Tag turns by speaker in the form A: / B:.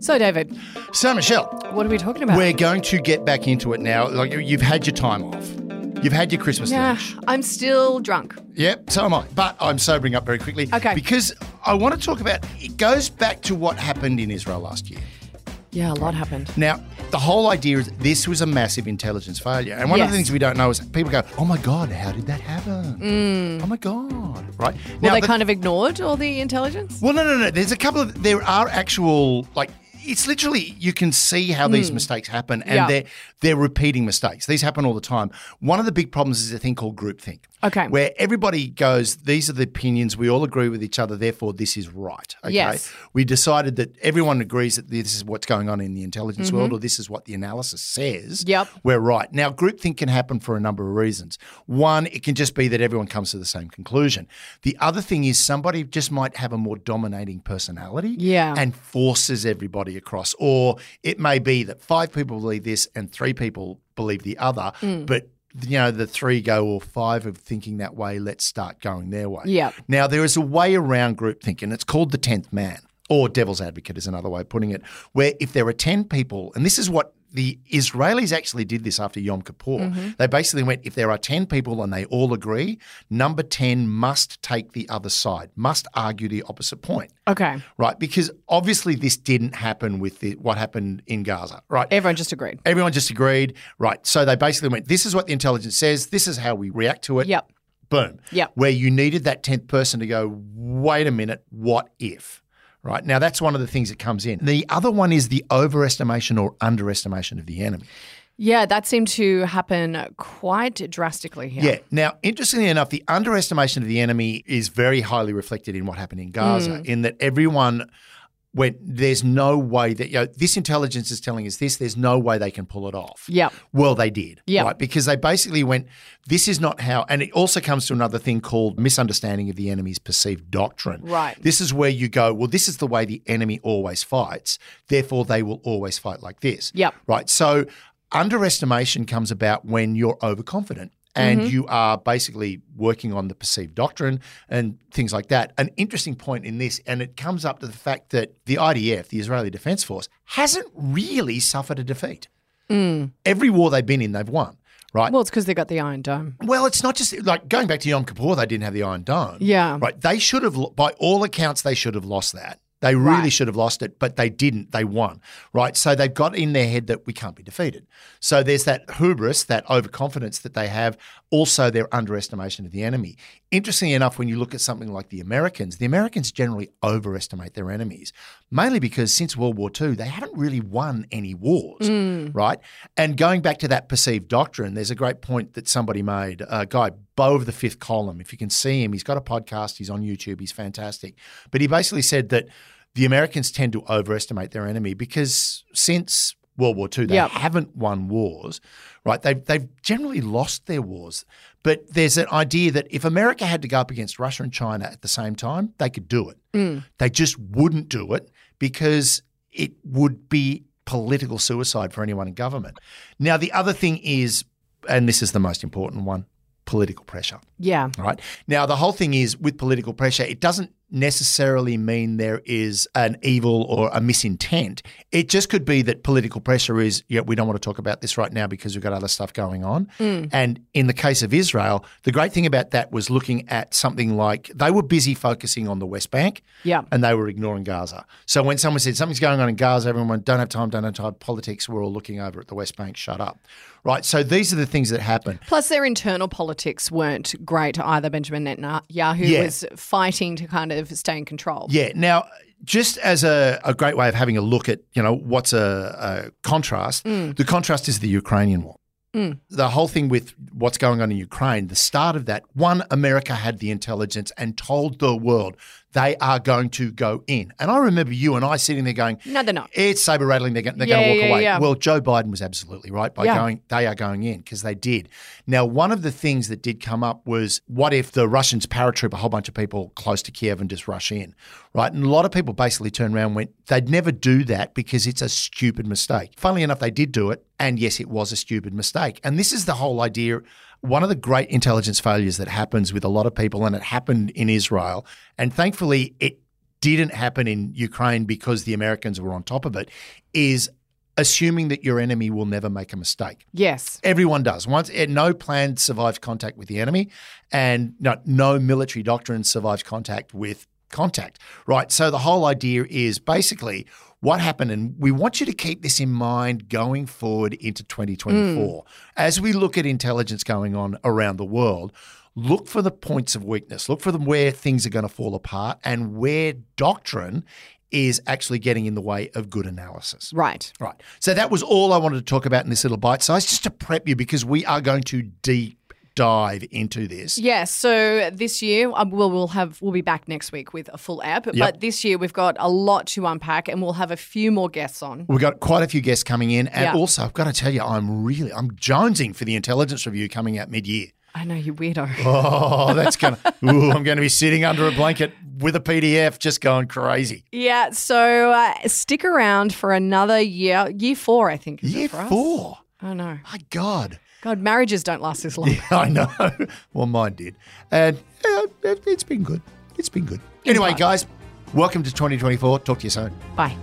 A: So, David,
B: So, Michelle,
A: what are we talking about?
B: we're going to get back into it now. Like you- you've had your time off. You've had your Christmas
A: yeah,
B: lunch.
A: I'm still drunk.
B: Yep, so am I. But I'm sobering up very quickly.
A: Okay.
B: Because I want to talk about it goes back to what happened in Israel last year.
A: Yeah, a lot happened.
B: Now, the whole idea is this was a massive intelligence failure. And one of
A: Yes.
B: the things we don't know is people go, oh my God, how did that happen? Oh my God. Right?
A: Were Mm. they
B: the-
A: kind of ignored all the intelligence?
B: Well, no, no, no. There's a couple of. There are actual like. It's literally you can see how these mistakes happen, and
A: Hmm. Yeah.
B: they're they're repeating mistakes. These happen all the time. One of the big problems is a thing called groupthink.
A: Okay.
B: where everybody goes, these are the opinions we all agree with each other. Therefore, this is right. Okay,
A: Yes.
B: we decided that everyone agrees that this is what's going on in the intelligence world, or this is what the analysis says.
A: Mm-hmm. Yep.
B: we're right. Now, groupthink can happen for a number of reasons. One, it can just be that everyone comes to the same conclusion. The other thing is somebody just might have a more dominating personality
A: Yeah.
B: and forces everybody across. Or it may be that five people believe this and three people believe the other, but you know, the three go or five of thinking that way, let's start going their way.
A: Yep.
B: Now, there is a way around group thinking. It's called the 10th man, or devil's advocate is another way of putting it, where if there are 10 people, and this is what the Israelis actually did this after Yom Kippur. They basically went, if there are 10 people and they all agree, number 10 must take the other side, must argue the opposite point,
A: Okay,
B: right? Because obviously this didn't happen with the, what happened in Gaza, right?
A: everyone just agreed.
B: Everyone just agreed, right? So they basically went, this is what the intelligence says, this is how we react to it
A: Yep.
B: boom.
A: Yep.
B: Where you needed that 10th person to go, wait a minute, what if? Right. Now, that's one of the things that comes in. The other one is the overestimation or underestimation of the enemy.
A: Yeah, that seemed to happen quite drastically here.
B: Yeah. Now, interestingly enough, the underestimation of the enemy is very highly reflected in what happened in Gaza,
A: Mm.
B: in that everyone went, there's no way that, you know, this intelligence is telling us this, there's no way they can pull it off.
A: Yep.
B: Well, they did.
A: Yep.
B: Right. Because they basically went, this is not how, and it also comes to another thing called misunderstanding of the enemy's perceived doctrine.
A: Right.
B: This is where you go, well, this is the way the enemy always fights, therefore they will always fight like this.
A: Yep.
B: Right. So underestimation comes about when you're overconfident and
A: Mm-hmm.
B: you are basically working on the perceived doctrine and things like that. An interesting point in this, and it comes up to the fact that the IDF, the Israeli Defense Force, hasn't really suffered a defeat. Every war they've been in, they've won. Right.
A: Mm. Well, it's because they got the Iron Dome.
B: Well, it's not just like going back to Yom Kippur, they didn't have the Iron Dome.
A: Yeah.
B: Right. They should have, lo- by all accounts, they should have lost that. They really
A: Right.
B: should have lost it, but they didn't. They won. Right. So they've got in their head that we can't be defeated. So there's that hubris, that overconfidence that they have, also their underestimation of the enemy. Interestingly enough, when you look at something like the Americans, the Americans generally overestimate their enemies, mainly because since World War II, they haven't really won any wars right? And going back to that perceived doctrine, there's a great point that somebody made. A guy, Bo of the Fifth Column, if you can see him, he's got a podcast, he's on YouTube, he's fantastic. But he basically said that the Americans tend to overestimate their enemy because since World War II, they
A: Yep.
B: haven't won wars, right? They've, they've generally lost their wars. But there's an idea that if America had to go up against Russia and China at the same time, they could do it. They just wouldn't do it because it would be political suicide for anyone in government. Now, the other thing is, and this is the most important one political pressure.
A: Yeah.
B: All Right. Now, the whole thing is with political pressure, it doesn't necessarily mean there is an evil or a misintent. It just could be that political pressure is, yeah, we don't want to talk about this right now because we've got other stuff going on.
A: Mm.
B: And in the case of Israel, the great thing about that was looking at something like they were busy focusing on the West Bank
A: Yeah.
B: and they were ignoring Gaza. So when someone said something's going on in Gaza, everyone went, don't have time, don't have time. Politics, we're all looking over at the West Bank, shut up. Right. So these are the things that happen.
A: Plus, their internal politics weren't great either. Benjamin Netanyahu
B: Yeah.
A: was fighting to kind of stay in control.
B: Yeah. Now, just as a, a great way of having a look at, you know, what's a, a contrast, the contrast is the Ukrainian war. The whole thing with what's going on in Ukraine, the start of that, one, America had the intelligence and told the world they are going to go in. And I remember you and I sitting there going,
A: No, they're not.
B: it's saber rattling. They're, go- they're
A: Yeah,
B: going to walk
A: yeah,
B: away.
A: yeah.
B: Well, Joe Biden was absolutely right by
A: Yeah.
B: going. They are going in because they did. Now, one of the things that did come up was what if the Russians paratroop a whole bunch of people close to Kiev and just rush in, right? And a lot of people basically turned around and went, they'd never do that because it's a stupid mistake. Funnily enough, they did do it, and yes, it was a stupid mistake. And this is the whole idea. One of the great intelligence failures that happens with a lot of people, and it happened in Israel, and thankfully it didn't happen in Ukraine because the Americans were on top of it is assuming that your enemy will never make a mistake.
A: Yes.
B: Everyone does. Once eh, no plan survives contact with the enemy, and no, no military doctrine survives contact with contact. Right. So the whole idea is basically what happened, and we want you to keep this in mind going forward into 2024 as we look at intelligence going on around the world. Look for the points of weakness. Look for them where things are going to fall apart and where doctrine is actually getting in the way of good analysis.
A: Right.
B: Right. So that was all I wanted to talk about in this little bite size, just to prep you because we are going to deep dive into this.
A: Yeah, so this year um, we'll, we'll have we'll be back next week with a full app, but this year we've got a lot to unpack, and we'll have a few more guests on.
B: We've got quite a few guests coming in. And
A: Yeah.
B: also, I've got to tell you, I'm really, I'm jonesing for the intelligence review coming out mid year.
A: I know you weirdo.
B: Oh, that's going to, ooh, I'm going to be sitting under a blanket with a PDF just going crazy.
A: Yeah, so uh, stick around for another year, year four, I think. Is
B: Year
A: it for us?
B: four.
A: I know.
B: My God.
A: God, marriages don't last this long.
B: Yeah, I know. Well, mine did. And uh, it- it's been good. It's been good. Anyway,
A: part.
B: guys, welcome to 2024. Talk to you soon.
A: Bye.